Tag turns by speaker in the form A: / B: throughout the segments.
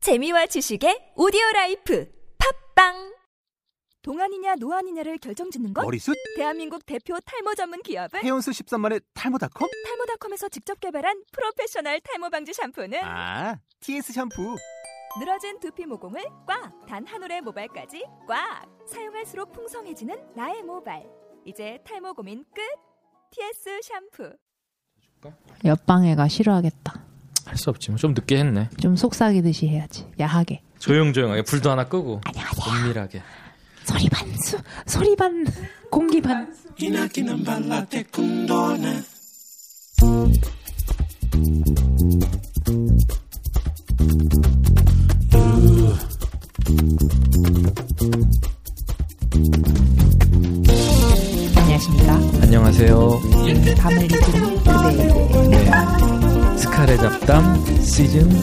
A: 재미와 지식의 오디오 라이프 팝빵
B: 동안이냐 노안이냐를 결정짓는 건
C: 머리숱
B: 대한민국 대표 탈모 전문 기업은
C: 헤어스 13만의 탈모닷컴
B: 탈모닷컴에서 직접 개발한 프로페셔널 탈모 방지 샴푸는
C: 아 TS 샴푸
B: 늘어진 두피 모공을 꽉 단 한 올의 모발까지 꽉 사용할수록 풍성해지는 나의 모발 이제 탈모 고민 끝 TS 샴푸
D: 옆방애가 싫어하겠다.
E: 할 수 없지만 뭐 좀 늦게 했네.
D: 좀 속삭이듯이 해야지. 야하게.
E: 조용조용하게 불도 하나 끄고 은밀하게.
D: 소리 반수, 소리 반, 공기 반. 안녕하십니까. 네,
E: 안녕하세요.
D: 밤을 이기는 그대에게.
E: 네. 스카레 잡담 시즌 2.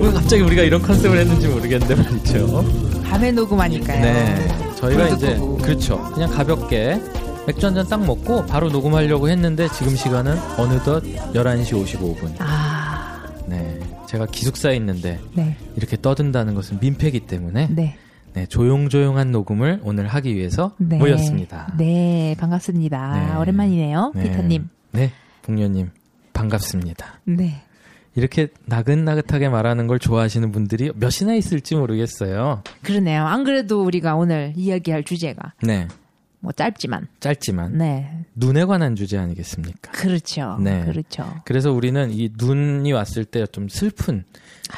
E: 왜 갑자기 우리가 이런 컨셉을 했는지 모르겠는데 말이죠.
D: 밤에 녹음하니까요.
E: 네, 저희가
D: 불도
E: 이제
D: 끄고.
E: 그렇죠. 그냥 가볍게 맥주 한 잔 딱 먹고 바로 녹음하려고 했는데 지금 시간은 어느덧 11시 55분.
D: 아,
E: 네, 제가 기숙사에 있는데
D: 네,
E: 이렇게 떠든다는 것은 민폐기 때문에
D: 네.
E: 네, 조용조용한 녹음을 오늘 하기 위해서
D: 네.
E: 모였습니다.
D: 네, 반갑습니다.
E: 네.
D: 오랜만이네요,
E: 네.
D: 피터님.
E: 네, 복녀님 반갑습니다.
D: 네.
E: 이렇게 나긋나긋하게 말하는 걸 좋아하시는 분들이 몇이나 있을지 모르겠어요.
D: 그러네요. 안 그래도 우리가 오늘 이야기할 주제가
E: 네,
D: 뭐 짧지만,
E: 짧지만
D: 네,
E: 눈에 관한 주제 아니겠습니까?
D: 그렇죠.
E: 네.
D: 그렇죠.
E: 그래서 우리는 이 눈이 왔을 때 좀 슬픈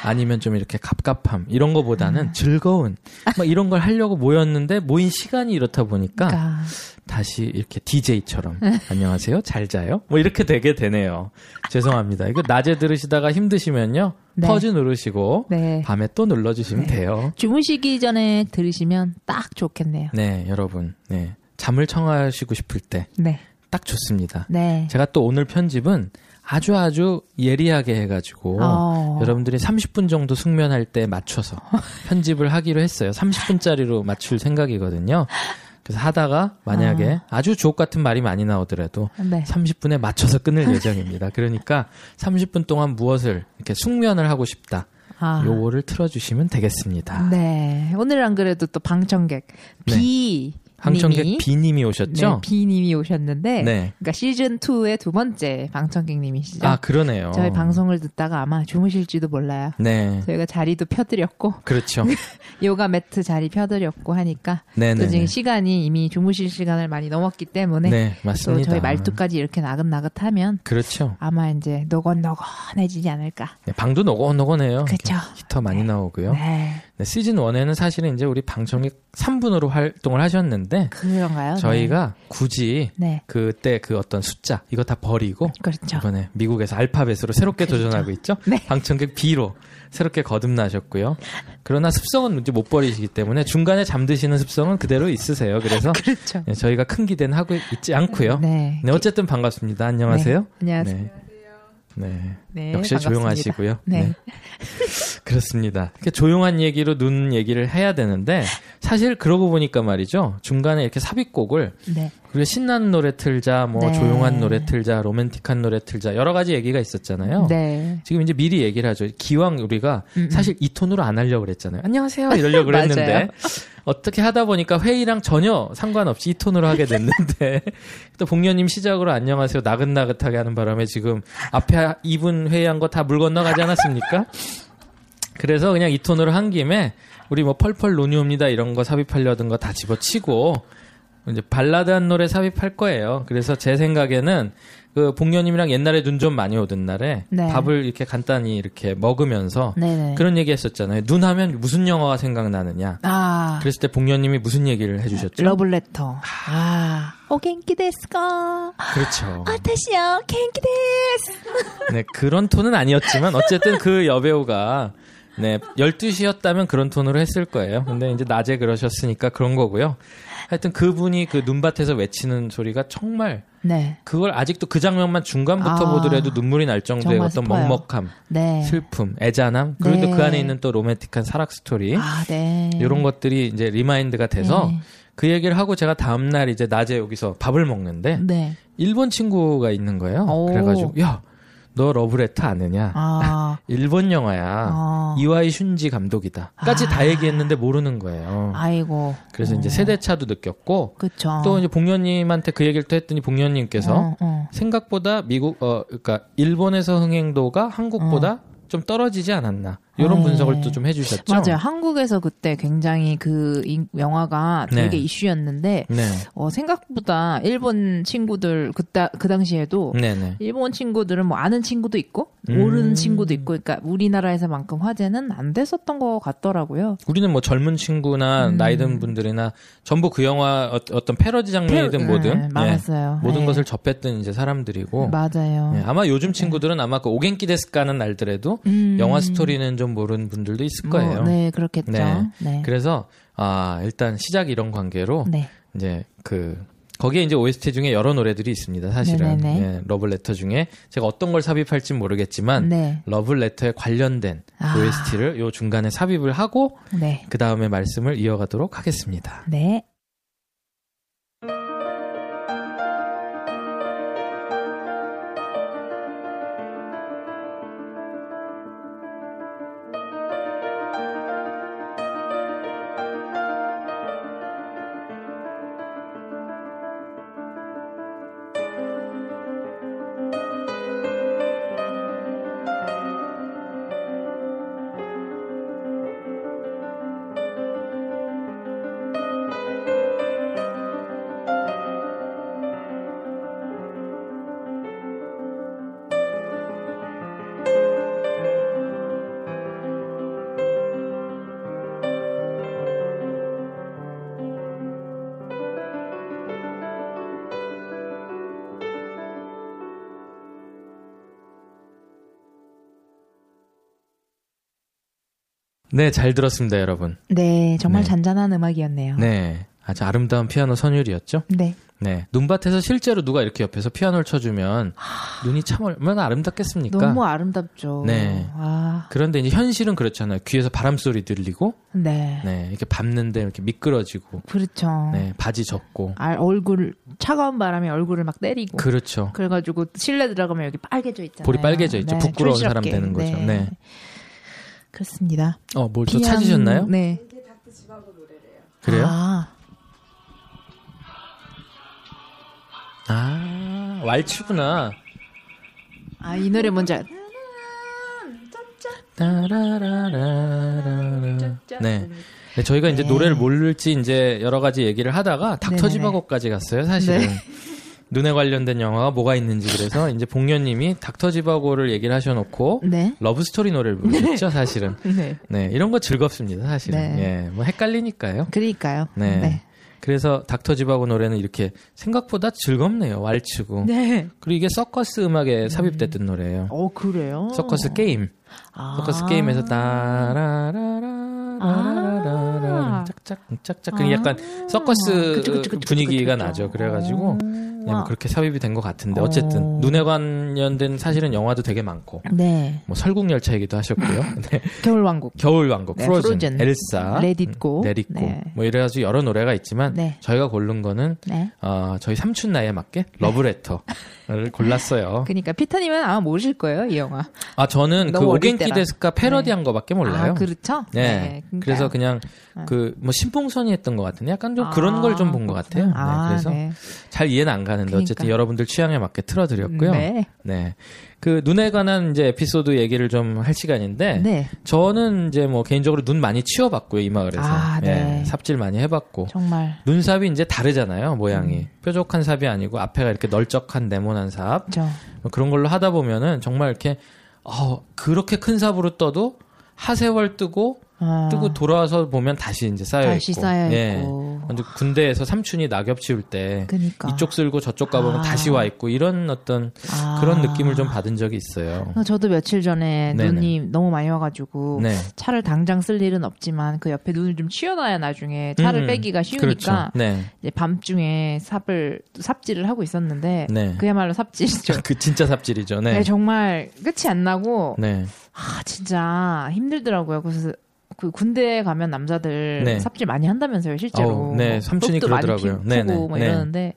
E: 아니면 좀 이렇게 갑갑함 이런
D: 아.
E: 거보다는 즐거운 막 이런 걸 하려고 모였는데 모인 시간이 이렇다 보니까
D: 그러니까
E: 다시 이렇게 DJ처럼 안녕하세요 잘 자요 뭐 이렇게 되게 되네요 죄송합니다 이거 낮에 들으시다가 힘드시면요
D: 네.
E: 퍼즈 누르시고
D: 네.
E: 밤에 또 눌러주시면
D: 네.
E: 돼요
D: 주무시기 전에 들으시면 딱 좋겠네요.
E: 네 여러분 네 잠을 청하시고 싶을
D: 네,
E: 때 딱 좋습니다
D: 네.
E: 제가 또 오늘 편집은 아주 아주 예리하게 해가지고
D: 어.
E: 여러분들이 30분 정도 숙면할 때 맞춰서 편집을 하기로 했어요. 30분짜리로 맞출 생각이거든요. 그래서 하다가 만약에 아. 주 주옥 같은 말이 많이 나오더라도
D: 네.
E: 30분에 맞춰서 끊을 예정입니다. 그러니까 30분 동안 무엇을 이렇게 숙면을 하고 싶다.
D: 아.
E: 요거를 틀어주시면 되겠습니다.
D: 네. 오늘 안 그래도 또 방청객
E: 네.
D: 비
E: 항청객
D: 님이-
E: 비님이
D: 네,
E: 오셨죠?
D: 비님이 오셨는데,
E: 네.
D: 그러니까 시즌 2의 두 번째 방청객님이시죠.
E: 아 그러네요.
D: 저희 방송을 듣다가 아마 주무실지도 몰라요.
E: 네.
D: 저희가 자리도 펴드렸고
E: 그렇죠.
D: 요가 매트 자리 펴드렸고 하니까
E: 네네.
D: 또 지금 시간이 이미 주무실 시간을 많이 넘었기 때문에
E: 네
D: 또
E: 맞습니다.
D: 저희 말투까지 이렇게 나긋나긋하면
E: 그렇죠.
D: 아마 이제 너건너건해지지 않을까.
E: 네, 방도 노곤노곤해요.
D: 그렇죠.
E: 히터 많이 나오고요.
D: 네,
E: 네, 시즌 1에는 사실은 이제 우리 방청객 3분으로 활동을 하셨는데
D: 그런가요? 네.
E: 저희가 굳이
D: 네,
E: 그때 그 어떤 숫자 이거 다 버리고
D: 그렇죠.
E: 이번에 미국에서 알파벳으로 새롭게
D: 그렇죠.
E: 도전하고 있죠.
D: 네.
E: 방청객 B로 새롭게 거듭나셨고요. 그러나 습성은 이제 못 버리시기 때문에 중간에 잠드시는 습성은 그대로 있으세요. 그래서
D: 그렇죠.
E: 네, 저희가 큰 기대는 하고 있지 않고요.
D: 네.
E: 네, 어쨌든 반갑습니다. 안녕하세요.
D: 네, 안녕하세요.
E: 네. 네.
D: 네,
E: 역시
D: 반갑습니다.
E: 조용하시고요.
D: 네.
E: 그렇습니다. 이렇게 조용한 얘기로 눈 얘기를 해야 되는데 사실 그러고 보니까 말이죠. 중간에 이렇게 삽입곡을
D: 네.
E: 그리고 신나는 노래 틀자, 뭐
D: 네.
E: 조용한 노래 틀자, 로맨틱한 노래 틀자 여러 가지 얘기가 있었잖아요.
D: 네.
E: 지금 이제 미리 얘기를 하죠. 기왕 우리가
D: 음,
E: 사실 이 톤으로 안 하려고 그랬잖아요. 안녕하세요. 이러려고
D: 맞아요.
E: 그랬는데 어떻게 하다 보니까 회의랑 전혀 상관없이 이 톤으로 하게 됐는데 또 복녀님 시작으로 안녕하세요. 나긋나긋하게 하는 바람에 지금 앞에 이분 회의한 거 다 물 건너가지 않았습니까? 그래서 그냥 이 톤으로 한 김에 우리 뭐 펄펄 논이옵니다 이런 거 삽입하려던 거 다 집어치고 이제 발라드 한 노래 삽입할 거예요. 그래서 제 생각에는 그 복녀님이랑 옛날에 눈 좀 많이 오던 날에
D: 네.
E: 밥을 이렇게 간단히 이렇게 먹으면서
D: 음, 네네.
E: 그런 얘기 했었잖아요. 눈 하면 무슨 영화가 생각나느냐.
D: 아,
E: 그랬을 때 복녀님이 무슨 얘기를 해주셨죠?
D: 러블레터. 아, 오갱키 데스까?
E: 그렇죠.
D: 아, 아타시요, 갱키 데스.
E: 네, 그런 톤은 아니었지만 어쨌든 그 여배우가 네, 12시였다면 그런 톤으로 했을 거예요. 근데 이제 낮에 그러셨으니까 그런 거고요. 하여튼 그분이 그 눈밭에서 외치는 소리가 정말
D: 네,
E: 그걸 아직도 그 장면만 중간부터
D: 아,
E: 보더라도 눈물이 날 정도의
D: 정말
E: 어떤
D: 슬퍼요.
E: 먹먹함,
D: 네.
E: 슬픔, 애잔함, 그리고
D: 네.
E: 그 안에 있는 또 로맨틱한 사랑 스토리
D: 아, 네.
E: 이런 것들이 이제 리마인드가 돼서
D: 네.
E: 그 얘기를 하고 제가 다음 날 이제 낮에 여기서 밥을 먹는데
D: 네.
E: 일본 친구가 있는 거예요.
D: 오.
E: 그래가지고 야 너 러브레터 아느냐?
D: 아,
E: 일본 영화야.
D: 아,
E: 이와이 슌지 감독이다.까지
D: 아.
E: 다 얘기했는데 모르는 거예요.
D: 아이고. 아.
E: 그래서 이제
D: 어,
E: 세대차도 느꼈고
D: 그쵸.
E: 또 이제 봉현님한테 그 얘기를 또 했더니 봉현님께서
D: 어, 어.
E: 생각보다 미국 어 그러니까 일본에서 흥행도가 한국보다 좀 떨어지지 않았나 이런
D: 네.
E: 분석을 또 좀 해주셨죠.
D: 맞아요. 한국에서 그때 굉장히 그 인- 영화가 되게
E: 네.
D: 이슈였는데
E: 네,
D: 어, 생각보다 일본 친구들 그때 그 당시에도
E: 네네.
D: 일본 친구들은 뭐 아는 친구도 있고
E: 음.
D: 모르는 친구도 있고 그러니까 우리나라에서만큼 화제는 안 됐었던 것 같더라고요.
E: 우리는 뭐 젊은 친구나
D: 음.
E: 나이든 분들이나 전부 그 영화 어, 어떤 패러디 장면이든
D: 네,
E: 뭐든 예,
D: 많았어요.
E: 모든
D: 네.
E: 것을 접했던 이제 사람들이고
D: 맞아요. 네.
E: 예, 아마 요즘 친구들은 아마 그 오겐키 데스까는 날더라도
D: 음.
E: 영화 스토리는 좀 모르는 분들도 있을
D: 뭐,
E: 거예요.
D: 네, 그렇겠죠.
E: 네.
D: 네. 네.
E: 그래서 아 일단 시작 이런 관계로 이제 그 거기에 이제 OST 중에 여러 노래들이 있습니다. 사실은
D: 네네네.
E: 예, 러블레터 중에 제가 어떤 걸 삽입할지 모르겠지만
D: 네.
E: 러블레터에 관련된
D: 아.
E: OST를 요 중간에 삽입을 하고
D: 네.
E: 그 다음에 말씀을 이어가도록 하겠습니다.
D: 네.
E: 네, 잘 들었습니다, 여러분.
D: 네, 정말
E: 네.
D: 잔잔한 음악이었네요.
E: 네. 아주 아름다운 피아노 선율이었죠?
D: 네.
E: 네. 눈밭에서 실제로 누가 이렇게 옆에서 피아노를 쳐주면 눈이 참 얼마나 아름답겠습니까?
D: 너무 아름답죠.
E: 그러니까 네.
D: 아,
E: 그런데 이제 현실은 그렇잖아요. 귀에서 바람소리 들리고,
D: 네.
E: 네. 이렇게 밟는데 이렇게 미끄러지고,
D: 그렇죠.
E: 네. 바지 젖고.
D: 알 얼굴 차가운 바람에 얼굴을 막 때리고
E: 그렇죠.
D: 그래 가지고 실내 들어가면 여기 빨개져 있잖아요. 네,
E: 볼이 빨개져 있죠. 부끄러운 사람
D: 촌스럽게.
E: 되는 거죠. 네.
D: 그렇습니다.
E: 어, 뭘 또
D: 피아노-
E: 찾으셨나요?
D: 네.
E: 그래요?
D: 아,
E: 아, 왈츠구나.
D: 아, 이 노래 뭔지 알...
E: 따라라라라. 네. 네, 저희가 이제
D: 네.
E: 노래를 모를지 이제 여러 가지 얘기를 하다가 닥터
D: 네네네. 네.
E: 지바고까지 갔어요, 사실은. 눈에 관련된 영화가 뭐가 있는지 그래서 이제 봉현님이 닥터 지바고를 얘기를 하셔놓고
D: 네.
E: 러브스토리 노래를 부르셨죠, 사실은.
D: 네.
E: 네, 이런 거 즐겁습니다, 사실은.
D: 네.
E: 예, 뭐 헷갈리니까요.
D: 그러니까요.
E: 네.
D: 네.
E: 그래서 닥터 지바고 노래는 이렇게 생각보다 즐겁네요, 왈츠고.
D: 네.
E: 그리고 이게 서커스 음악에 삽입됐던 노래예요.
D: 어, 그래요.
E: 서커스 게임.
D: 아.
E: 서커스 게임에서 따라라라라라라라
D: 아.
E: 짝짝짝짝 그 약간 서커스
D: 그쵸, 그쵸, 그쵸,
E: 분위기가
D: 그쵸, 그쵸.
E: 나죠. 그래가지고 그냥
D: 아.
E: 그렇게 삽입이 된 것 같은데 어쨌든
D: 어.
E: 눈에 관련된 사실은 영화도 되게 많고
D: 네.
E: 뭐 설국열차 얘기도 하셨고요. 네.
D: 겨울 왕국.
E: 겨울왕국,
D: 네,
E: 프로즌,
D: 프로즌,
E: 엘사,
D: Let It Go.
E: 음, 레디고
D: 네.
E: 뭐 이래가지고 여러 노래가 있지만
D: 네.
E: 저희가 고른 거는
D: 네.
E: 어, 저희 삼촌 나이에 맞게 러브레터를 골랐어요.
D: 그러니까 피터님은 아마 모르실 거예요, 이 영화.
E: 아 저는 그
D: 너무 어릴
E: 오겐키
D: 때라.
E: 데스카 패러디한 거밖에 몰라요.
D: 아, 그렇죠?
E: 네.
D: 그러니까요.
E: 그래서 그냥
D: 아.
E: 그 뭐 신풍선이 했던 것 같은데 약간 좀
D: 아,
E: 그런 걸 좀 본 것 같아요.
D: 그렇구나. 아,
E: 네, 그래서
D: 네.
E: 잘 이해는 안 가는데 어쨌든
D: 그러니까.
E: 여러분들 취향에 맞게 틀어드렸고요. 네.
D: 네.
E: 그 눈에 관한 이제 에피소드 얘기를 좀 할 시간인데
D: 네.
E: 저는 이제 뭐 개인적으로 눈 많이 치워봤고요 이 마을에서
D: 아, 네.
E: 예, 삽질 많이 해봤고
D: 정말.
E: 눈삽이 이제 다르잖아요 모양이
D: 음.
E: 뾰족한 삽이 아니고 앞에가 이렇게 널쩍한 네모난 삽
D: 저.
E: 뭐 그런 걸로 하다 보면은 정말 이렇게 어, 그렇게 큰 삽으로 떠도 하세월 뜨고
D: 아,
E: 뜨고 돌아와서 보면 다시 이제 쌓여
D: 다시
E: 있고.
D: 쌓여
E: 예.
D: 있고.
E: 완전 군대에서 삼촌이 낙엽 치울 때
D: 그니까.
E: 이쪽 쓸고 저쪽 가보면
D: 그러니까. 아.
E: 다시 와 있고 이런 어떤
D: 아.
E: 그런 느낌을 좀 받은 적이 있어요.
D: 저도 며칠 전에
E: 네네.
D: 눈이 너무 많이 와가지고
E: 네.
D: 차를 당장 쓸 일은 없지만 그 옆에 눈을 좀 치워놔야 나중에 차를
E: 음,
D: 빼기가
E: 그렇죠.
D: 쉬우니까
E: 네.
D: 이제 밤중에 삽을 삽질을 하고 있었는데
E: 네.
D: 그야말로 삽질이죠.
E: 그 진짜 삽질이죠. 네.
D: 네, 정말 끝이 안 나고
E: 네.
D: 아 진짜 힘들더라고요. 그래서 그 군대 가면 남자들
E: 네.
D: 삽질 많이 한다면서요, 실제로.
E: 어우, 네, 삼촌이
D: rop도 많이
E: 그러더라고요.
D: 피-
E: 네,
D: 푸고
E: 네,
D: 뭐
E: 네.
D: 이러는데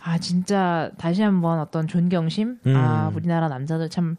D: 아 진짜 다시 한번 어떤 존경심. 아
E: 음.
D: 우리나라 남자들 참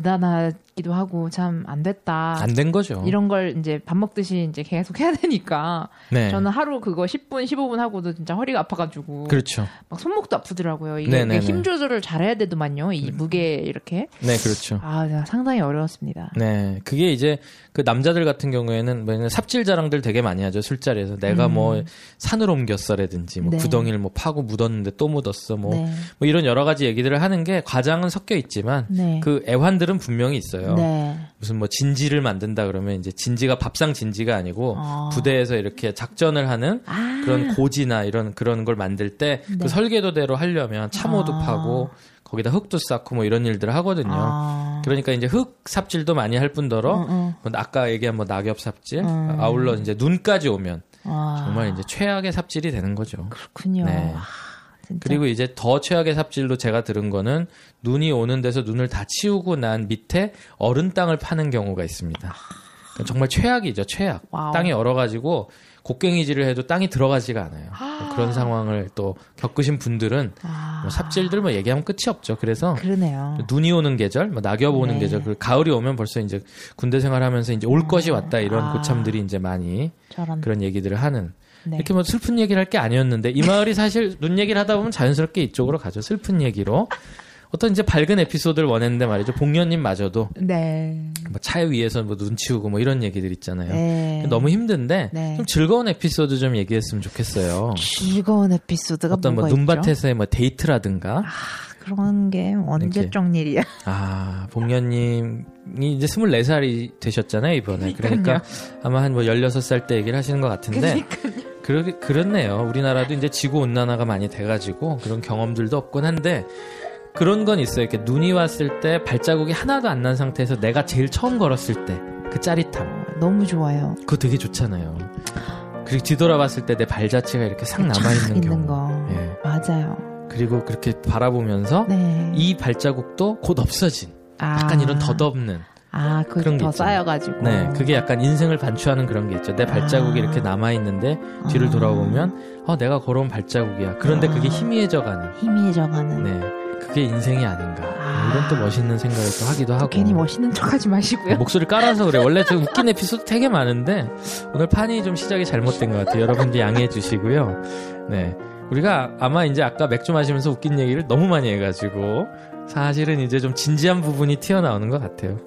D: 대단하기도 하고 참 안 됐다.
E: 안 된 거죠.
D: 아, 이런 걸 이제 밥 먹듯이 이제 계속 해야 되니까
E: 네.
D: 저는 뭐 하루 그거 10분 15분 하고도 진짜 허리가 아파가지고
E: 그렇죠.
D: 막 손목도 아프더라고요. 이게
E: 네네네. 그렇죠.
D: 힘 조절을 잘해야 되더만요. 이 무게 이렇게
E: 네, 그렇죠.
D: 아 제가 상당히 어려웠습니다.
E: 네, 그게 이제 그 남자들 같은 경우에는 뭐냐면 삽질 자랑들 되게 많이 하죠 술자리에서 내가 뭐 산을 옮겼어라든지 뭐
D: 음. 네.
E: 구덩이를 뭐 파고 묻었는데 또 묻었어 뭐,
D: 네.
E: 뭐 이런 여러 가지 얘기들을 하는 게 과장은 섞여 있지만
D: 네.
E: 그 애환들은 분명히 있어요.
D: 네.
E: 무슨 뭐 진지를 만든다 그러면 이제 진지가 밥상 진지가 아니고
D: 아.
E: 뭐 부대에서 이렇게 작전을 하는
D: 아.
E: 그런 고지나 이런 그런 걸 만들 때 그
D: 네.
E: 설계도대로 하려면 참호도
D: 아.
E: 파고 거기다 흙도 쌓고 뭐 이런 일들을 하거든요.
D: 아. 음,
E: 그러니까 이제 흙 삽질도 많이 할 뿐더러
D: 응, 응.
E: 뭐 아까 얘기한 뭐 낙엽 삽질
D: 음.
E: 아울러 이제 눈까지 오면
D: 아.
E: 정말 이제 최악의 삽질이 되는 거죠.
D: 그렇군요.
E: 네.
D: 아, 진짜.
E: 그리고 이제 더 최악의 삽질로 제가 들은 거는 눈이 오는 데서 눈을 다 치우고 난 밑에 얼은 땅을 파는 경우가 있습니다. 그러니까 정말 최악이죠, 최악.
D: 와우.
E: 땅이 얼어가지고 곡괭이질을 해도 땅이 들어가지가 않아요.
D: 아.
E: 그런 상황을 또 겪으신 분들은
D: 아.
E: 뭐 삽질들 그렇죠. 뭐 얘기하면 끝이 없죠. 그래서
D: 그러네요.
E: 눈이 오는 계절, 뭐 낙엽 오는
D: 네.
E: 계절, 그리고 가을이 오면 벌써 이제 군대 생활하면서 이제 올 것이 왔다 이런
D: 아. 음.
E: 고참들이 이제 많이
D: 저런
E: 그런 얘기들을 하는
D: 네.
E: 그렇죠. 이렇게 뭐 슬픈 얘기를 할 게 아니었는데 이 마을이 사실 눈 얘기를 하다 보면 자연스럽게 이쪽으로 가죠. 슬픈 얘기로 어떤 이제 밝은 에피소드를 원했는데 말이죠. 복년님마저도
D: 네.
E: 뭐 차에 위에서 뭐 눈 치우고 뭐 이런 얘기들 있잖아요.
D: 네.
E: 너무 힘든데
D: 네.
E: 좀 즐거운 에피소드 좀 얘기했으면 좋겠어요.
D: 즐거운 에피소드가
E: 어떤 뭐
D: 뭐가 있죠?
E: 눈밭에서의 뭐 데이트라든가
D: 그런 게 언제적 일이야.
E: 아, 복년님이 이제 24살이 되셨잖아요, 이번에. 그러니까 아마 한 뭐 16살 때 얘기를 하시는 것 같은데. 그러, 그렇네요. 우리나라도 이제 지구온난화가 많이 돼가지고 그런 경험들도 없곤 한데 그런 건 있어요. 이렇게 눈이 왔을 때 발자국이 하나도 안 난 상태에서 내가 제일 처음 걸었을 때 그 짜릿함.
D: 너무 좋아요.
E: 그거 되게 좋잖아요. 그리고 뒤돌아봤을 때 내 발자취가 이렇게 싹 남아있는 경우.
D: 있는 거.
E: 예.
D: 맞아요.
E: 그리고 그렇게 바라보면서
D: 네.
E: 이 발자국도 곧 없어진
D: 아.
E: 약간 이런 덧없는
D: 아, 그게
E: 그런 게
D: 더
E: 있죠.
D: 쌓여가지고.
E: 네, 그게 약간 인생을 반추하는 그런 게 있죠. 내 발자국이
D: 아.
E: 이렇게 남아 있는데 뒤를
D: 아.
E: 돌아보면 어 내가 걸어온 발자국이야. 그런데 그게
D: 아.
E: 희미해져가는.
D: 희미해져가는.
E: 네, 그게 인생이 아닌가.
D: 아.
E: 뭐 이런 또 멋있는 생각을 또 하기도 하고.
D: 괜히 멋있는 척하지 마시고요.
E: 목소리 깔아서 그래. 원래 좀 웃긴 에피소드 되게 많은데 오늘 판이 좀 시작이 잘못된 것 같아요. 여러분들 양해해 주시고요. 네, 우리가 아마 이제 아까 맥주 마시면서 웃긴 얘기를 너무 많이 해가지고 사실은 이제 좀 진지한 부분이 튀어나오는 것 같아요.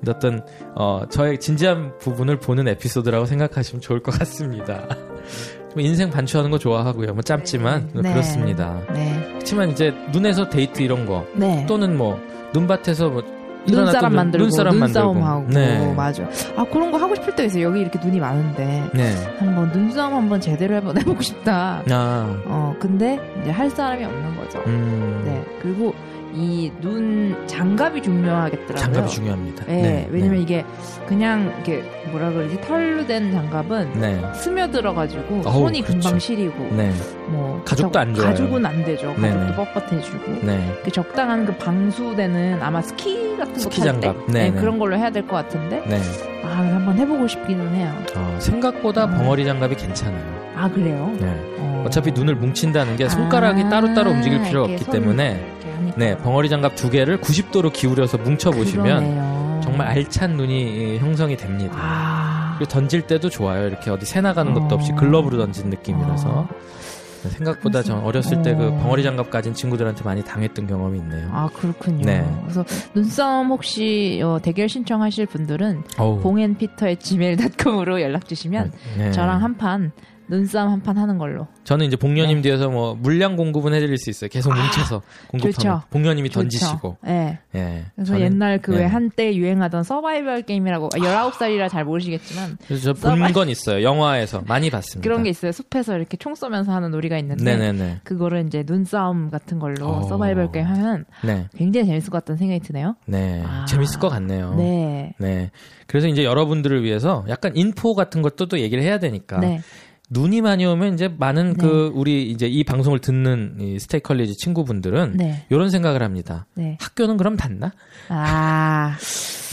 E: 근데 어떤 어, 저의 진지한 부분을 보는 에피소드라고 생각하시면 좋을 것 같습니다. 좀 인생 반추하는 거 좋아하고요. 뭐 짧지만
D: 네.
E: 그렇습니다.
D: 네.
E: 그렇지만 이제 눈에서 데이트 이런 거
D: 네.
E: 뭐 또는 뭐 눈밭에서 뭐 일어났던
D: 눈사람
E: 눈-
D: 만들고
E: 눈사람
D: 눈싸움
E: 만들고.
D: 하고
E: 네.
D: 맞아. 아 그런 거 하고 싶을 때가 있어요. 여기 이렇게 눈이 많은데
E: 네.
D: 한번 눈싸움 한번 제대로 한번 해보고 싶다.
E: 아,
D: 어 근데 이제 할 사람이 없는 거죠.
E: 음.
D: 네 그리고 이 눈 장갑이 중요하겠더라고요.
E: 장갑이 중요합니다.
D: 네, 왜냐면 이게 그냥 이렇게 뭐라 그러지 털로 된 장갑은
E: 네.
D: 스며들어가지고
E: 어우,
D: 손이
E: 그렇죠.
D: 금방 시리고
E: 네.
D: 뭐
E: 가죽도
D: 그렇다고
E: 안 좋아요.
D: 가죽은 안 되죠.
E: 네네.
D: 가죽도 뻣뻣해지고
E: 네. 네.
D: 그 장한 그 방수되는 아마 스키 같은
E: 스키
D: 거 탈 때
E: 장갑. 네, 네.
D: 그런 걸로 해야 될 것 같은데
E: 네.
D: 아 한번 해보고 싶기는 해요.
E: 어, 생각보다
D: 음.
E: 벙어리 장갑이 괜찮아요.
D: 아 그래요?
E: 네.
D: 어.
E: 어차피 눈을 뭉친다는 게 손가락이
D: 아,
E: 따로따로 움직일 필요가
D: 이렇게
E: 없기
D: 손
E: 때문에
D: 이렇게 하니까.
E: 네, 벙어리 장갑 두 개를 90도로 기울여서 뭉쳐 보시면
D: 그러네요.
E: 정말 알찬 눈이 형성이 됩니다.
D: 아
E: 그리고 던질 때도 좋아요. 이렇게 어디 새 나가는 것도 없이
D: 어.
E: 글러브로 던진 느낌이라서
D: 어.
E: 생각보다 저 어렸을 때 그 벙어리 장갑 가진 친구들한테 많이 당했던 경험이 있네요.
D: 아, 그렇군요.
E: 네.
D: 그래서 눈싸움 혹시 어, 대결 신청하실 분들은
E: 어우.
D: 봉앤피터의 gmail.com으로 연락 주시면
E: 네.
D: 저랑 네. 한 판 눈싸움 한 판 하는 걸로.
E: 저는 이제 복녀님 뒤에서 뭐 물량 공급은 해드릴 수 있어요. 계속 뭉쳐서 공급하면
D: 아, 좋죠.
E: 복녀님이
D: 좋죠.
E: 던지시고.
D: 네.
E: 예.
D: 그래서
E: 저는-
D: 옛날 그 왜
E: 네.
D: 한때 유행하던 서바이벌 게임이라고 아, 19살이라 잘 모르시겠지만
E: 그래서 저 본 건 있어요. 영화에서 많이 봤습니다.
D: 그런 게 있어요. 숲에서 이렇게 총 쏘면서 하는 놀이가 있는데
E: 네. 네네네.
D: 그거를 이제 눈싸움 같은 걸로
E: 어.
D: 서바이벌 게임 하면
E: 네.
D: 굉장히 재밌을 것 같다는 생각이 드네요.
E: 네.
D: 아.
E: 재밌을 것 같네요.
D: 네.
E: 네. 그래서 이제 여러분들을 위해서 약간 인포 같은 것도 또 얘기를 해야 되니까
D: 네.
E: 눈이 많이 오면 이제 많은
D: 네.
E: 그 우리 이제 이 방송을 듣는 이 스테이컬리지 친구분들은
D: 네.
E: 이런 생각을 합니다.
D: 네.
E: 학교는 그럼 닿나?
D: 아,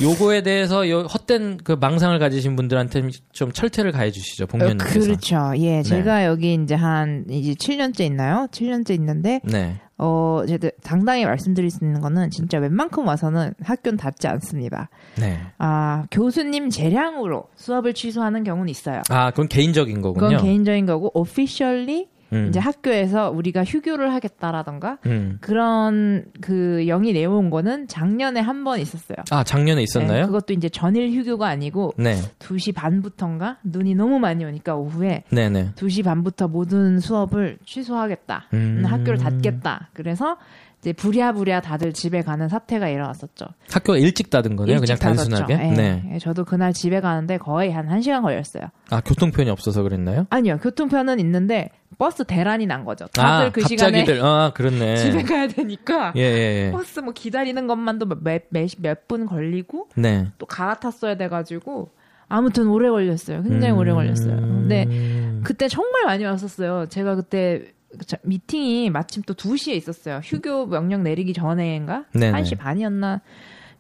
E: 요거에 대해서 요 헛된 그 망상을 가지신 분들한테 좀 철퇴를 가해 주시죠. 복면님께서.
D: 어,
E: 네.
D: 그렇죠. 예, 제가 여기 이제 한 이제 7년째 있나요? 7년째 있는데
E: 네.
D: 어, 제가 당당히 말씀드릴 수 있는 거는 진짜 웬만큼 와서는 학교는 닿지 않습니다.
E: 네.
D: 아, 교수님 재량으로 수업을 취소하는 경우는 있어요.
E: 아, 그건 개인적인 거군요.
D: 그건 개인적인 거고 오피셜리
E: 음.
D: 이제 학교에서 우리가 휴교를 하겠다라던가
E: 음.
D: 그런 그 영이 내온 거는 작년에 한 번 있었어요.
E: 아, 작년에
D: 네,
E: 있었나요?
D: 그것도 이제 전일 휴교가 아니고
E: 네.
D: 2시 반부터인가 눈이 너무 많이 오니까 오후에
E: 네, 네.
D: 2시 반부터 모든 수업을 취소하겠다.
E: 음.
D: 학교를 닫겠다. 그래서 이제 부랴부랴 다들 집에 가는 사태가 일어났었죠.
E: 학교가 일찍 닫은 거네요. 그냥
D: 닫았죠.
E: 단순하게.
D: 예.
E: 네.
D: 예, 저도 그날 집에 가는데 거의 한 1시간 걸렸어요.
E: 아, 교통편이 없어서 그랬나요?
D: 아니요. 교통편은 있는데 버스 대란이 난 거죠. 다들
E: 아,
D: 그 시간에
E: 갑자기들 아, 그렇네.
D: 집에 가야 되니까
E: 예, 예, 예.
D: 버스 뭐 기다리는 것만도 몇몇분 걸리고
E: 네.
D: 또 갈아탔어야 돼가지고 아무튼 오래 걸렸어요.
E: 음.
D: 굉장히 오래 걸렸어요. 네. 근데 그때 정말 많이 왔었어요. 제가 그때 자- 미팅이 마침 또 2시에 있었어요. 휴교 명령 내리기 전에인가?
E: 네네.
D: 1시 반이었나?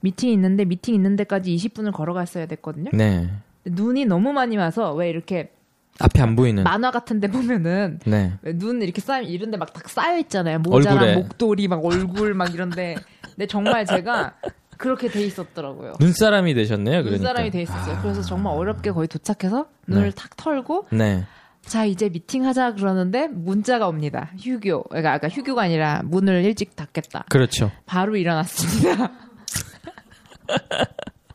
D: 미팅이 있는데 미팅 있는 데까지 20분을 걸어갔어야 됐거든요.
E: 네.
D: 근데 눈이 너무 많이 와서 왜 이렇게
E: 앞에 안 보이는.
D: 만화 같은 데 보면은
E: 네.
D: 왜눈 이렇게 쌓이면 이런데 막 딱 쌓여 있잖아요. 모자랑
E: 얼굴에.
D: 목도리 막 얼굴 막 이런데. 근데 정말 제가 그렇게 돼 있었더라고요.
E: 눈사람이 되셨네요. 그러니까. 아.
D: 눈사람이 돼 있었어요. 그래서 정말 어렵게 거의 도착해서 눈을
E: 네.
D: 탁 털고
E: 네.
D: 자 이제 미팅하자 그러는데 문자가 옵니다. 휴교 그러니까 아까 휴교가 아니라 문을 일찍 닫겠다.
E: 그렇죠.
D: 바로 일어났습니다.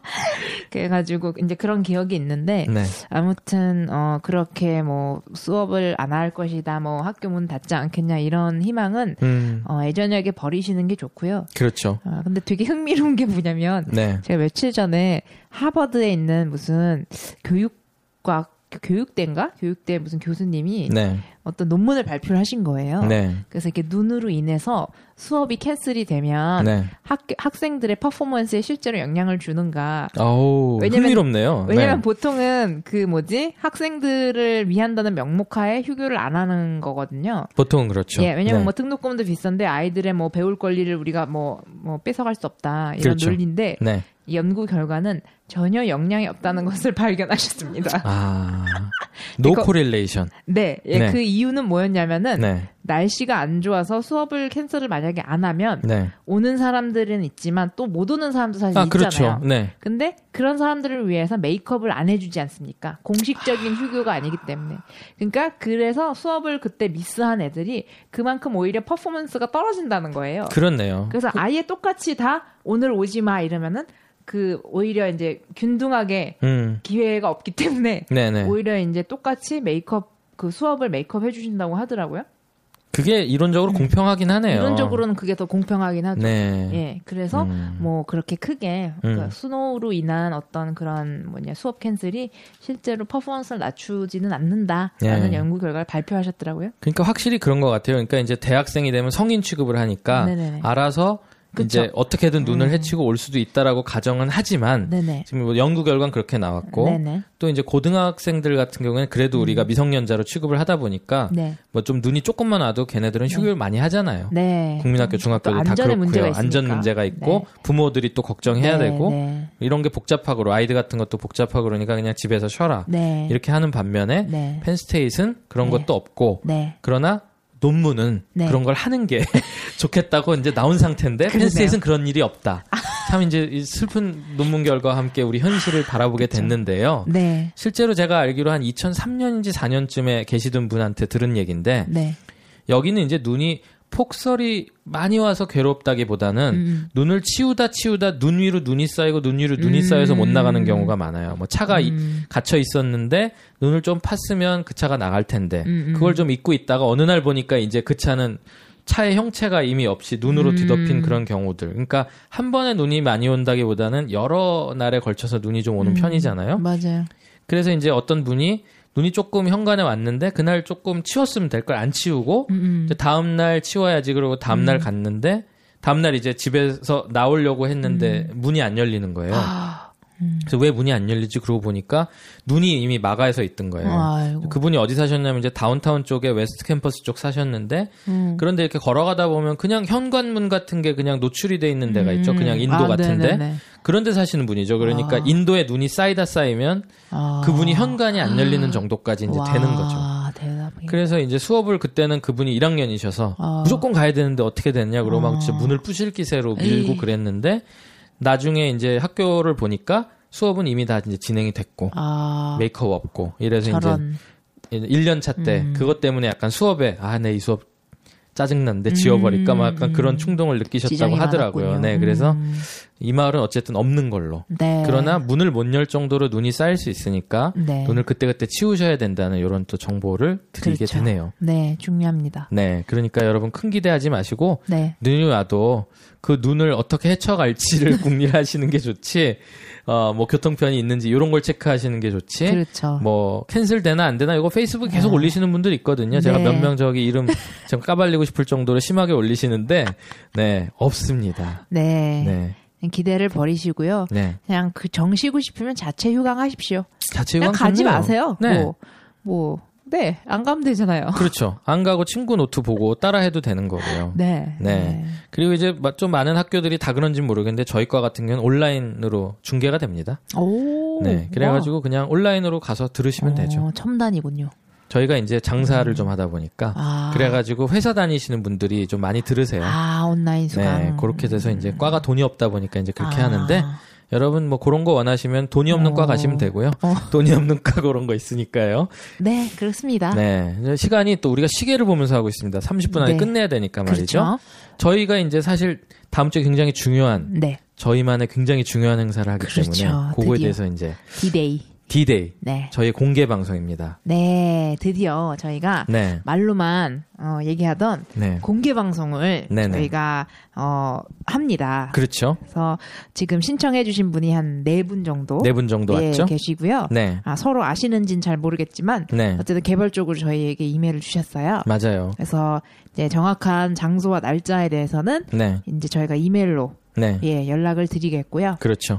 D: 그래가지고 이제 그런 기억이 있는데
E: 네.
D: 아무튼 어 그렇게 뭐 수업을 안 할 것이다 뭐 학교 문 닫지 않겠냐 이런 희망은
E: 음.
D: 어 예전하게 버리시는 게 좋고요.
E: 그렇죠.
D: 아 근데 되게 흥미로운 게 뭐냐면
E: 네.
D: 제가 며칠 전에 하버드에 있는 무슨 교육과 교육대인가 교육대 무슨 교수님이
E: 네.
D: 어떤 논문을 발표를 하신 거예요.
E: 네.
D: 그래서 이렇게 눈으로 인해서 수업이 캔슬이 되면
E: 네.
D: 학, 학생들의 퍼포먼스에 실제로 영향을 주는가.
E: 아우,
D: 왜냐면-
E: 흥미롭네요.
D: 왜냐면
E: 네.
D: 보통은 그 뭐지 학생들을 위한다는 명목하에 휴교를 안 하는 거거든요.
E: 보통은 그렇죠.
D: 예, 왜냐면
E: 네.
D: 뭐 등록금도 비싼데 아이들의 뭐 배울 권리를 우리가 뭐 뭐 뺏어갈 수 없다 이런
E: 그렇죠.
D: 논리인데
E: 네.
D: 이 연구 결과는 전혀 영향이 없다는 것을 발견하셨습니다.
E: 아. 노
D: 이거- 음.
E: 코릴레이션.
D: 네, 예,
E: 네.
D: 그 이유는 뭐였냐면은
E: 네.
D: 날씨가 안 좋아서 수업을 캔슬을 만약에 안 하면
E: 네.
D: 오는 사람들은 있지만 또 못 오는 사람도 사실
E: 아,
D: 있잖아요.
E: 그렇죠. 네.
D: 근데 그런 사람들을 위해서 메이크업을 안 해주지 않습니까? 공식적인 휴교가 아니기 때문에. 그러니까 그래서 수업을 그때 미스한 애들이 그만큼 오히려 퍼포먼스가 떨어진다는 거예요.
E: 그렇네요.
D: 그래서 아예 똑같이 다 오늘 오지 마 이러면은 그 오히려 이제 균등하게
E: 음.
D: 기회가 없기 때문에
E: 네, 네.
D: 오히려 이제 똑같이 메이크업 그 수업을 메이크업 해주신다고 하더라고요.
E: 그게 이론적으로 공평하긴 하네요.
D: 음.
E: 어.
D: 이론적으로는 그게 더 공평하긴 하죠.
E: 네.
D: 예, 그래서
E: 음.
D: 뭐 그렇게 크게
E: 음.
D: 그 스노우로 인한 어떤 그런 뭐냐 수업 캔슬이 실제로 퍼포먼스를 낮추지는 않는다라는
E: 예.
D: 연구 결과를 발표하셨더라고요.
E: 그러니까 확실히 그런 것 같아요. 그러니까 이제 대학생이 되면 성인 취급을 하니까
D: 네네네.
E: 그러니까 알아서 이제
D: 그쵸. 음.
E: 어떻게든 눈을 해치고 올 수도 있다라고 가정은 하지만
D: 네네.
E: 지금 뭐 연구 결과는 그렇게 나왔고
D: 네네.
E: 또 이제 고등학생들 같은 경우에는 그래도 우리가 미성년자로 취급을 하다 보니까
D: 음. 네.
E: 뭐 좀 눈이 조금만 와도 걔네들은 휴교를 많이 하잖아요.
D: 네.
E: 국민학교, 중학교도
D: 또
E: 다
D: 안전의
E: 그렇고요.
D: 문제가 있으니까.
E: 안전 문제가 있고 부모들이 또 걱정해야
D: 네,
E: 되고
D: 네.
E: 이런 게 복잡하고 아이들 같은 것도 복잡하고 그러니까 그냥 집에서 쉬어라
D: 네.
E: 이렇게 하는 반면에
D: 네.
E: 펜스테이트는
D: 네.
E: 그런 것도 없고
D: 네.
E: 그러나 논문은
D: 네.
E: 그런 걸 하는 게 좋겠다고 이제 나온 상태인데
D: 그러네요. 아.
E: 펜스테이트는 그런 일이 없다. 참 이제 이 슬픈 논문 결과와 함께 우리 현실을 바라보게 됐는데요.
D: 네.
E: 실제로 제가 알기로 한 2003년인지 4년쯤에 계시던 분한테 들은 얘기인데
D: 네.
E: 여기는 이제 눈이 폭설이 많이 와서 괴롭다기보다는
D: 음.
E: 눈을 치우다 치우다 눈 위로 눈이 쌓이고 눈 위로 눈이
D: 음.
E: 쌓여서 못 나가는 경우가 많아요. 뭐 차가 이-
D: 음.
E: 갇혀 있었는데 눈을 좀 팠으면 그 차가 나갈 텐데
D: 음, 음.
E: 그걸 좀 잊고 있다가 어느 날 보니까 이제 그 차는 차의 형체가 이미 없이 눈으로
D: 음.
E: 뒤덮인 그런 경우들. 그러니까 한 번에 눈이 많이 온다기보다는 여러 날에 걸쳐서 눈이 좀 오는
D: 음.
E: 편이잖아요.
D: 맞아요.
E: 그래서 이제 어떤 분이 눈이 조금 현관에 왔는데 그날 조금 치웠으면 될 걸 안 치우고
D: 음, 음.
E: 이제 다음 날 치워야지 그러고 다음 날
D: 음.
E: 네.
D: 아.
E: 갔는데 다음 날 이제 집에서 나오려고 했는데 문이 안 열리는 거예요. 그래서 왜 문이 안 열리지 그러고 보니까 눈이 이미 마가에서 있던 거예요.
D: 아이고.
E: 네. 그분이 어디 사셨냐면 이제 다운타운 쪽에 웨스트 캠퍼스 쪽 사셨는데
D: 음.
E: 그런데 이렇게 걸어가다 보면 그냥 현관문 같은 게 그냥 노출이 돼 있는 데가 있죠.
D: 음.
E: 그냥 인도
D: 아,
E: 같은데
D: 네네네.
E: 그런데 사시는 분이죠. 그러니까
D: 아.
E: 인도에 눈이 쌓이다 쌓이면
D: 아.
E: 그분이 현관이 안 열리는 정도까지 이제
D: 와,
E: 되는 거죠.
D: 대단해.
E: 그래서 이제 수업을 그때는 그분이 1학년이셔서
D: 아.
E: 무조건 가야 되는데 어떻게 됐냐 그러고 막 진짜 문을 부실 기세로 밀고
D: 에이.
E: 그랬는데 나중에 이제 학교를 보니까 수업은 이미 다 이제 진행이 됐고
D: 아,
E: 메이크업 없고 이래서
D: 저런.
E: 이제 1년 차 때
D: 음.
E: 그것 때문에 약간 수업에 아 내 이 수업 짜증난데 지워버릴까 막 약간
D: 음.
E: 그런 충동을 느끼셨다고
D: 지정이
E: 하더라고요.
D: 많았군요.
E: 네, 그래서
D: 음.
E: 이 마을은 어쨌든 없는 걸로.
D: 네.
E: 그러나 뭐 문을 못 열 정도로 눈이 쌓일 수 있으니까
D: 네.
E: 눈을 그때그때 치우셔야 된다는 이런 또 정보를 드리게
D: 그렇죠.
E: 되네요.
D: 네, 중요합니다.
E: 네, 그러니까 여러분 큰 기대하지 마시고
D: 네.
E: 눈이 와도 그 눈을 어떻게 헤쳐갈지를 궁리하시는 게 좋지. 어, 뭐 교통편이 있는지 이런 걸 체크하시는 게 좋지.
D: 그렇죠.
E: 뭐 캔슬 되나 안 되나 이거 페이스북 에 계속
D: 아.
E: 올리시는 분들 있거든요. 제가
D: 네.
E: 몇 명 저기 이름 좀 까발리고 싶을 정도로 심하게 올리시는데 네 없습니다.
D: 네.
E: 네,
D: 기대를 버리시고요.
E: 네
D: 그냥 그 정시고 싶으면 자체 휴강하십시오.
E: 자체
D: 그냥
E: 유학
D: 가지
E: 좋네요.
D: 마세요.
E: 네.
D: 뭐, 뭐, 네, 안 가면 되잖아요.
E: 그렇죠. 안 가고 친구 노트 보고 따라 해도 되는 거고요.
D: 네.
E: 네. 그리고 이제 마- 좀 많은 학교들이 다 그런지 는 모르겠는데 저희과 같은 경우는 온라인으로 중계가 됩니다.
D: 오.
E: 네. 그래가지고 그냥 온라인으로 가서 들으시면
D: 와.
E: 되죠.
D: 어, 첨단이군요.
E: 저희가 이제 장사를 좀 하다 보니까
D: 아.
E: 그래가지고 회사 다니시는 분들이 좀 많이 들으세요.
D: 아, 온라인 수강.
E: 네, 그렇게 돼서 이제 과가 돈이 없다 보니까 이제 그렇게
D: 아.
E: 하는데 여러분 뭐 그런 거 원하시면 돈이 없는
D: 어.
E: 과 가시면 되고요.
D: 어.
E: 돈이 없는 과 그런 거 있으니까요.
D: 네, 그렇습니다.
E: 네, 이제 시간이 또 우리가 시계를 보면서 하고 있습니다. 30분 안에
D: 네.
E: 끝내야 되니까 아, 말이죠.
D: 그렇죠.
E: 저희가 이제 사실 다음 주에 굉장히 중요한
D: 네.
E: 저희만의 굉장히 중요한 행사를 하기
D: 그렇죠.
E: 때문에 그거에
D: 드디어.
E: 대해서 이제
D: 디데이.
E: D-Day
D: 네.
E: 저희 공개 방송입니다.
D: 네, 드디어 저희가
E: 네,
D: 말로만 어, 얘기하던
E: 네,
D: 공개 방송을
E: 네네.
D: 저희가 어, 합니다.
E: 그렇죠.
D: 그래서 지금 신청해주신 분이 한 네 분 정도
E: 네 분 정도
D: 예,
E: 왔죠.
D: 계시고요.
E: 네,
D: 아, 서로 아시는지는 잘 모르겠지만
E: 네,
D: 어쨌든 개별적으로 저희에게 이메일을 주셨어요.
E: 맞아요.
D: 그래서 이제 정확한 장소와 날짜에 대해서는
E: 네,
D: 이제 저희가 이메일로
E: 네,
D: 예, 연락을 드리겠고요.
E: 그렇죠.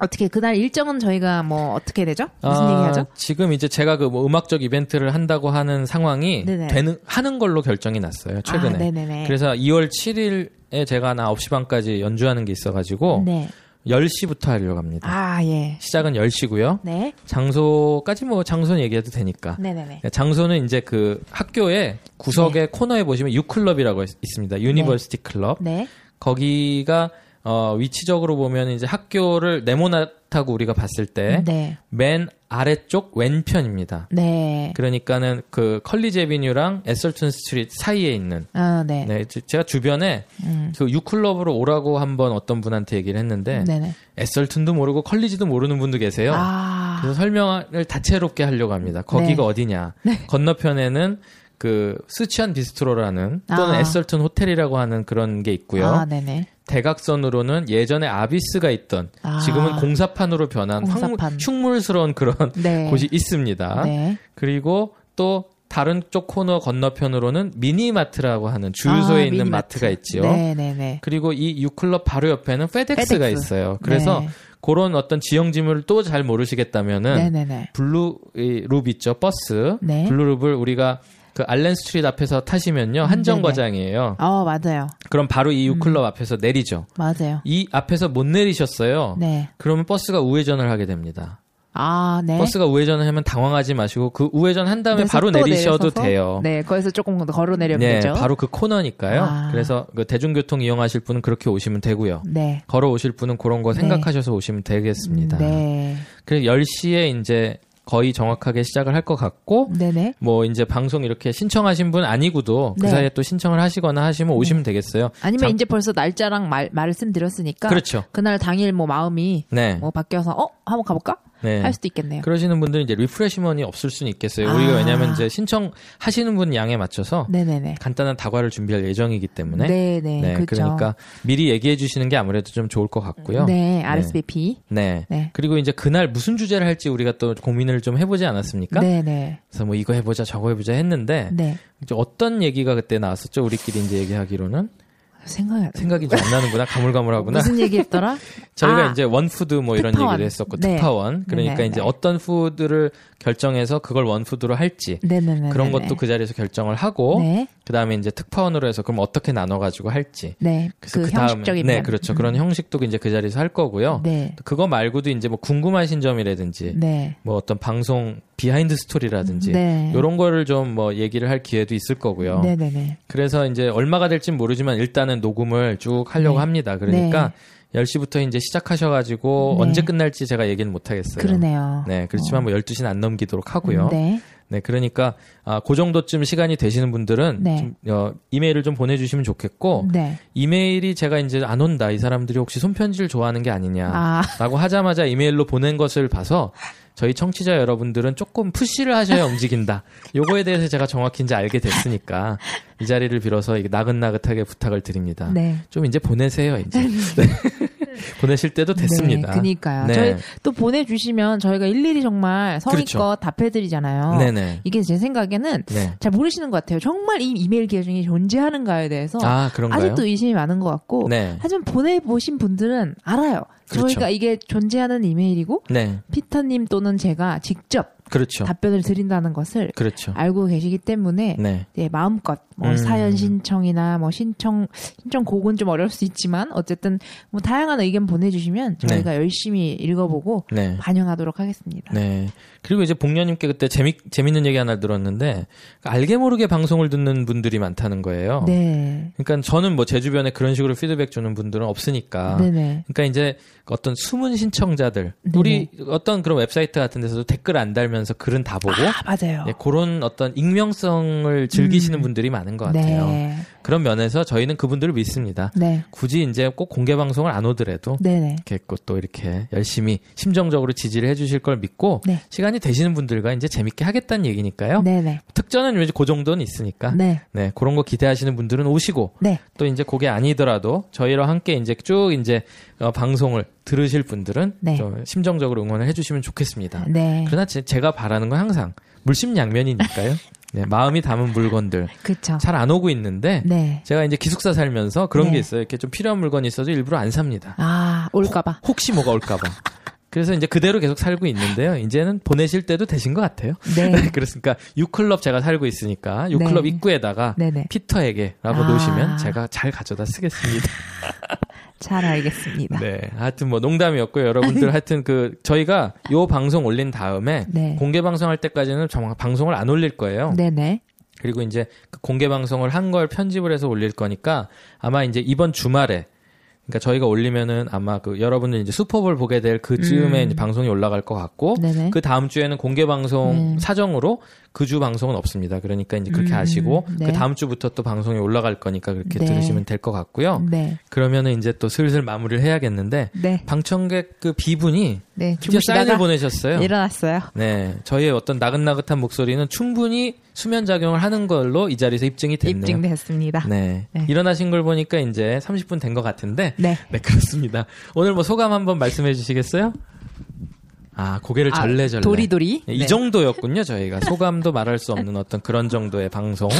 D: 어떻게 그날 일정은 저희가 뭐 어떻게 되죠? 무슨
E: 아,
D: 얘기하죠?
E: 지금 이제 제가 그뭐 음악적 이벤트를 한다고 하는 상황이
D: 네네.
E: 되는 하는 걸로 결정이 났어요.
D: 아,
E: 최근에.
D: 네네네.
E: 그래서 2월 7일에 제가 한 9시 반까지 연주하는 게 있어가지고
D: 네.
E: 10시부터 하려고 합니다.
D: 아, 예.
E: 시작은 10시고요.
D: 네.
E: 장소까지 뭐 장소는 얘기해도 되니까.
D: 네네네.
E: 네, 장소는 이제 그 학교에 구석에 코너에 보시면 유클럽이라고 있- 있습니다. 유니버시티 클럽.
D: 네.
E: 거기가 어, 위치적으로 보면 이제 학교를 네모나타고 우리가 봤을 때
D: 네.
E: 맨 아래쪽 왼편입니다.
D: 네.
E: 그러니까는 그 컬리지 에비뉴랑 에설튼 스트리트 사이에 있는
D: 아, 네.
E: 네, 제- 제가 주변에
D: 음.
E: 그 유클럽으로 오라고 한번 어떤 분한테 얘기를 했는데
D: 네네.
E: 에설튼도 모르고 컬리지도 모르는 분도 계세요.
D: 아.
E: 그래서 설명을 다채롭게 하려고 합니다.
D: 네.
E: 거기가 어디냐? 건너편에는 그 스치안 비스트로라는 또는
D: 아.
E: 에설튼 호텔이라고 하는 그런 게 있고요.
D: 아, 네네.
E: 대각선으로는 예전에 아비스가 있던
D: 아.
E: 지금은 공사판으로 변한 황-
D: 공사판.
E: 흉물스러운 그런
D: 네.
E: 곳이 있습니다.
D: 네.
E: 그리고 또 다른 쪽 코너 건너편으로는 미니마트라고 하는 주유소에
D: 아,
E: 있는
D: 미니마트.
E: 마트가 있지요.
D: 네네네.
E: 그리고 이 유클럽 바로 옆에는 페덱스가
D: 페덱스.
E: 있어요. 그래서
D: 네.
E: 그런 어떤 지형지물을 또 잘 모르시겠다면은
D: 네네네.
E: 블루 이룹 있죠 버스
D: 네.
E: 블루룹을 우리가 그 알렌 스트리트 앞에서 타시면요
D: 음,
E: 한정
D: 네네. 음.
E: 과장이에요.
D: 어, 맞아요.
E: 그럼 바로 이 유클럽 앞에서 내리죠.
D: 맞아요.
E: 이 앞에서 못 내리셨어요.
D: 네.
E: 그러면 버스가 우회전을 하게 됩니다.
D: 아, 네.
E: 버스가 우회전을 하면 당황하지 마시고 그 우회전 한 다음에
D: 그래서
E: 바로
D: 또
E: 내리셔도
D: 내려서서?
E: 돼요.
D: 네, 거기서 조금 더 걸어 내려면
E: 네,
D: 되죠.
E: 바로 그 코너니까요.
D: 아.
E: 그래서 그 대중교통 이용하실 분은 그렇게 오시면 되고요.
D: 네.
E: 걸어 오실 분은 그런 거
D: 네.
E: 생각하셔서 오시면 되겠습니다.
D: 네.
E: 그래서 10시에 이제 거의 정확하게 시작을 할 것 같고
D: 어, 네네.
E: 뭐 이제 방송 이렇게 신청하신 분 아니고도 그
D: 네.
E: 사이에 또 신청을 하시거나 하시면 오시면 되겠어요.
D: 아니면
E: 잠-
D: 이제 벌써 날짜랑 말, 말씀드렸으니까.
E: 그렇죠.
D: 그날 당일 뭐 마음이
E: 네.
D: 뭐 그러니까 바뀌어서 어? 한번 가볼까?
E: 네.
D: 할 수도 있겠네요.
E: 그러시는 분들은 이제 리프레시먼이 없을 수는 있겠어요. 우리가
D: 아.
E: 왜냐하면 이제 신청하시는 분 양에 맞춰서
D: 네네네.
E: 간단한 다과를 준비할 예정이기 때문에
D: 네네. 그렇죠.
E: 러니까 미리 얘기해 주시는 게 아무래도 좀 좋을 것 같고요.
D: 네, RSVP.
E: 네.
D: 네.
E: 그리고 이제 그날 무슨 주제를 할지 우리가 또 고민을 좀 해보지 않았습니까?
D: 네네.
E: 그래서 뭐 이거 해보자 저거 해보자 했는데
D: 네.
E: 이제 어떤 얘기가 그때 나왔었죠? 우리끼리 이제 얘기하기로는
D: 생각이 안 나.
E: 생각이 좀 안 나는구나. 가물가물하구나.
D: 무슨 얘기했더라?
E: 저희가
D: 아,
E: 이제 원푸드 뭐 이런
D: 특파원.
E: 얘기를 했었고
D: 네.
E: 특파원. 그러니까
D: 네네네.
E: 이제 어떤 푸드를 결정해서 그걸 원푸드로 할지
D: 네네네.
E: 그런 것도 그 자리에서 결정을 하고
D: 네,
E: 그다음에 이제 특파원으로 해서 그럼 어떻게 나눠 가지고 할지.
D: 네.
E: 그래서
D: 그
E: 그다음에-
D: 형식적인
E: 네,
D: 면.
E: 그렇죠. 그런 형식도 이제 그 자리에서 할 거고요.
D: 네,
E: 그거 말고도 이제 뭐 궁금하신 점이라든지
D: 네,
E: 뭐 어떤 방송 비하인드 스토리라든지
D: 네.
E: 이런 거를 좀 뭐 얘기를 할 기회도 있을 거고요.
D: 네네네.
E: 그래서 이제 얼마가 될진 모르지만 일단은 녹음을 쭉 하려고
D: 네.
E: 합니다. 그러니까 10시부터 이제 시작하셔가지고
D: 네.
E: 언제 끝날지 제가 얘기는 못하겠어요.
D: 그러네요.
E: 네, 그렇지만 뭐 12시는 안 넘기도록 하고요. 네,
D: 네,
E: 그러니까 아, 그 정도쯤 시간이 되시는 분들은
D: 네.
E: 좀, 어, 이메일을 좀 보내주시면 좋겠고
D: 네.
E: 이메일이 제가 이제 안 온다 이 사람들이 혹시 손편지를 좋아하는 게 아니냐
D: 아,
E: 라고 하자마자 이메일로 보낸 것을 봐서 저희 청취자 여러분들은 조금 푸시를 하셔야 움직인다. 요거에 대해서 제가 정확히 이제 알게 됐으니까 이 자리를 빌어서 이게 나긋나긋하게 부탁을 드립니다.
D: 네.
E: 좀 이제 보내세요, 이제. 네. 보내실 때도 됐습니다.
D: 네, 그니까요.
E: 네.
D: 저희 또 보내주시면 저희가 일일이 정말 성의껏
E: 그렇죠.
D: 답해드리잖아요.
E: 네네.
D: 어, 이게 제 생각에는
E: 네.
D: 잘 모르시는 것 같아요. 정말 이 이메일 계정이 존재하는가에 대해서
E: 아, 그런가요?
D: 아직도 의심이 많은 것 같고
E: 네.
D: 하지만 보내보신 분들은 알아요.
E: 그렇죠.
D: 저희가 이게 존재하는 이메일이고
E: 네.
D: 피터님 또는 제가 직접
E: 그렇죠.
D: 답변을 드린다는 것을
E: 그렇죠.
D: 알고 계시기 때문에
E: 네.
D: 예, 마음껏 뭐
E: 음.
D: 사연 신청이나 뭐 신청 신청 곡은 좀 어려울 수 있지만 어쨌든 뭐 다양한 의견 보내주시면 저희가 열심히 읽어보고
E: 네.
D: 반영하도록 하겠습니다.
E: 네. 그리고 이제 복녀님께 그때 재미, 재밌는 얘기 하나 들었는데, 알게 모르게 방송을 듣는 분들이 많다는 거예요.
D: 네,
E: 그러니까 저는 뭐 제 주변에 그런 식으로 피드백 주는 분들은 없으니까.
D: 네네. 네,
E: 그러니까 이제 어떤 숨은 신청자들 우리 어떤 그런 웹사이트 같은 데서도 댓글 안 달면서 글은 다 보고
D: 아, 맞아요.
E: 예, 그런 어떤 익명성을 즐기시는 분들이 많은 것 같아요.
D: 음. 네,
E: 그런 면에서 저희는 그분들을 믿습니다.
D: 네,
E: 굳이 이제 꼭 공개 방송을 안 오더라도
D: 네네.
E: 이렇게 꼭또 이렇게 열심히 심정적으로 지지를 해주실 걸 믿고
D: 네.
E: 시간이 되시는 분들과 이제 재밌게 하겠다는 얘기니까요.
D: 네네.
E: 특전은 이제 그 정도는 있으니까
D: 네.
E: 네 그런 거 기대하시는 분들은 오시고
D: 네.
E: 또 이제 그게 아니더라도 저희랑 함께 이제 쭉 이제 어, 방송을 들으실 분들은
D: 네.
E: 좀 심정적으로 응원을 해주시면 좋겠습니다.
D: 네.
E: 아. 그러나 제, 가 바라는 건 항상 물심양면이니까요. 네, 마음이 담은 물건들
D: 그쵸.
E: 잘 안 오고 있는데
D: 아. 네.
E: 제가 이제 기숙사 살면서 그런
D: 네.
E: 게 있어요. 이렇게 좀 필요한 물건이 있어도 일부러 안 삽니다.
D: 아, 올까봐.
E: 혹시 뭐가 올까봐. 그래서 이제 그대로 계속 살고 있는데요. 이제는 보내실 때도 되신 것 같아요.
D: 네.
E: 그렇습니까? 유클럽 제가 살고 있으니까 유클럽
D: 네.
E: 입구에다가
D: 네네.
E: 피터에게라고
D: 아.
E: 놓으시면 제가 잘 가져다 쓰겠습니다.
D: 잘 알겠습니다.
E: 네. 하여튼 뭐 농담이었고요. 여러분들 하여튼 그 저희가 요 방송 올린 다음에
D: 네.
E: 공개 방송할 때까지는 정말 방송을 안 올릴 거예요.
D: 네네.
E: 그리고 이제 그 공개 방송을 한 걸 편집을 해서 올릴 거니까 아마 이제 이번 주말에 그러니까 저희가 올리면은 아마 그 여러분들 이제 슈퍼볼 보게 될 그쯤에
D: 음.
E: 이제 방송이 올라갈 것 같고
D: 네네.
E: 그 다음 주에는 공개 방송
D: 네.
E: 사정으로 그 주 방송은 없습니다. 그러니까 이제 그렇게
D: 음,
E: 아시고
D: 네.
E: 그 다음 주부터 또 방송이 올라갈 거니까 그렇게
D: 네.
E: 들으시면 될 것 같고요.
D: 네.
E: 그러면은 이제 또 슬슬 마무리를 해야겠는데
D: 네.
E: 방청객 그 비분이
D: 네.
E: 이제 사인을
D: 주무시다가
E: 보내셨어요.
D: 일어났어요.
E: 네, 저희의 어떤 나긋나긋한 목소리는 충분히 수면 작용을 하는 걸로 이 자리에서 입증이 됐네요.
D: 입증됐습니다.
E: 네.
D: 네.
E: 일어나신 걸 보니까 이제 30분 된 것 같은데.
D: 네.
E: 네, 그렇습니다. 오늘 뭐 소감 한번 말씀해 주시겠어요? 아, 고개를
D: 아,
E: 절레절레.
D: 도리도리.
E: 네, 이
D: 네.
E: 정도였군요, 저희가. 소감도 말할 수 없는 어떤 그런 정도의 방송.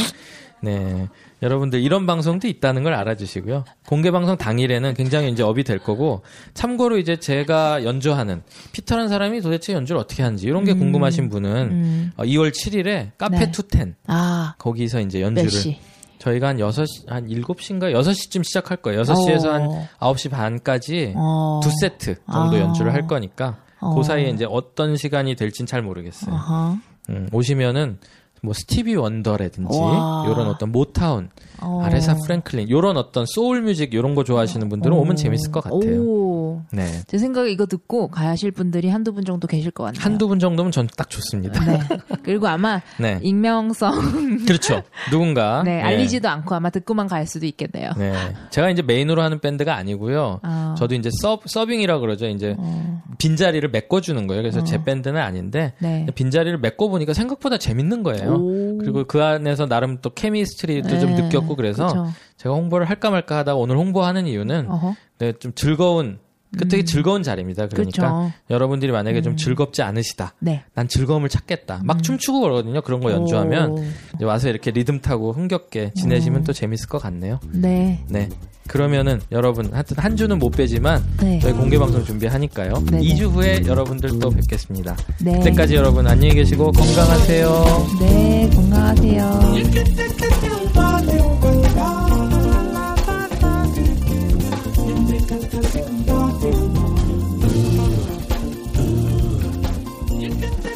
E: 네. 여러분들 이런 방송도 있다는 걸 알아주시고요. 공개 방송 당일에는 굉장히 이제 업이 될 거고, 참고로 이제 제가 연주하는, 피터라는 사람이 도대체 연주를 어떻게 하는지, 이런 게 궁금하신 분은
D: 음.
E: 어, 2월 7일에 카페
D: 네.
E: 투텐,
D: 아,
E: 거기서 이제
D: 몇
E: 연주를.
D: 시?
E: 저희가 한 6시, 한 7시인가 6시쯤 시작할 거예요. 6시에서
D: 어.
E: 한 9시 반까지
D: 어.
E: 두 세트 정도
D: 아.
E: 연주를 할 거니까
D: 어.
E: 그 사이에 이제 어떤 시간이 될진 잘 모르겠어요.
D: 어허.
E: 음, 오시면은 뭐 스티비 원더라든지
D: 와.
E: 요런 어떤 모타운,
D: 어.
E: 아레사 프랭클린 요런 어떤 소울 뮤직 요런 거 좋아하시는 분들은
D: 어.
E: 오면 재밌을 것 같아요.
D: 오.
E: 네.
D: 제 생각에 이거 듣고 가실 분들이 한두 분 정도 계실 것 같네요.
E: 한두 분 정도면 전 딱 좋습니다.
D: 네. 그리고 아마
E: 네.
D: 익명성
E: 그렇죠. 누군가
D: 네,
E: 예.
D: 알리지도 않고 아마 듣고만 갈 수도 있겠네요.
E: 네. 제가 이제 메인으로 하는 밴드가 아니고요.
D: 아.
E: 저도 이제 서브, 서빙이라 그러죠. 이제
D: 어.
E: 빈자리를 메꿔주는 거예요. 그래서 제 밴드는 아닌데
D: 네.
E: 빈자리를 메꿔보니까 생각보다 재밌는 거예요.
D: 오.
E: 그리고 그 안에서 나름 또 케미스트리도 좀
D: 네,
E: 느꼈고 그래서
D: 그쵸.
E: 제가 홍보를 할까 말까 하다가 오늘 홍보하는 이유는
D: 어허. 음.
E: 네, 좀 즐거운 그 되게 즐거운 자리입니다. 그러니까
D: 그렇죠.
E: 여러분들이 만약에 좀
D: 음.
E: 즐겁지 않으시다.
D: 네.
E: 난 즐거움을 찾겠다. 막
D: 음.
E: 춤추고 그러거든요. 그런 거뭐 연주하면
D: 오.
E: 이제 와서 이렇게 리듬 타고 흥겹게 지내시면
D: 어.
E: 또 재밌을 것 같네요.
D: 네.
E: 네. 그러면은 여러분 하여튼 한 주는 못 빼지만
D: 네.
E: 저희 공개 방송 준비하니까요.
D: 네네.
E: 2주 후에 여러분들 또 뵙겠습니다.
D: 네.
E: 그때까지 여러분 안녕히 계시고 건강하세요.
D: 네, 건강하세요.
F: You can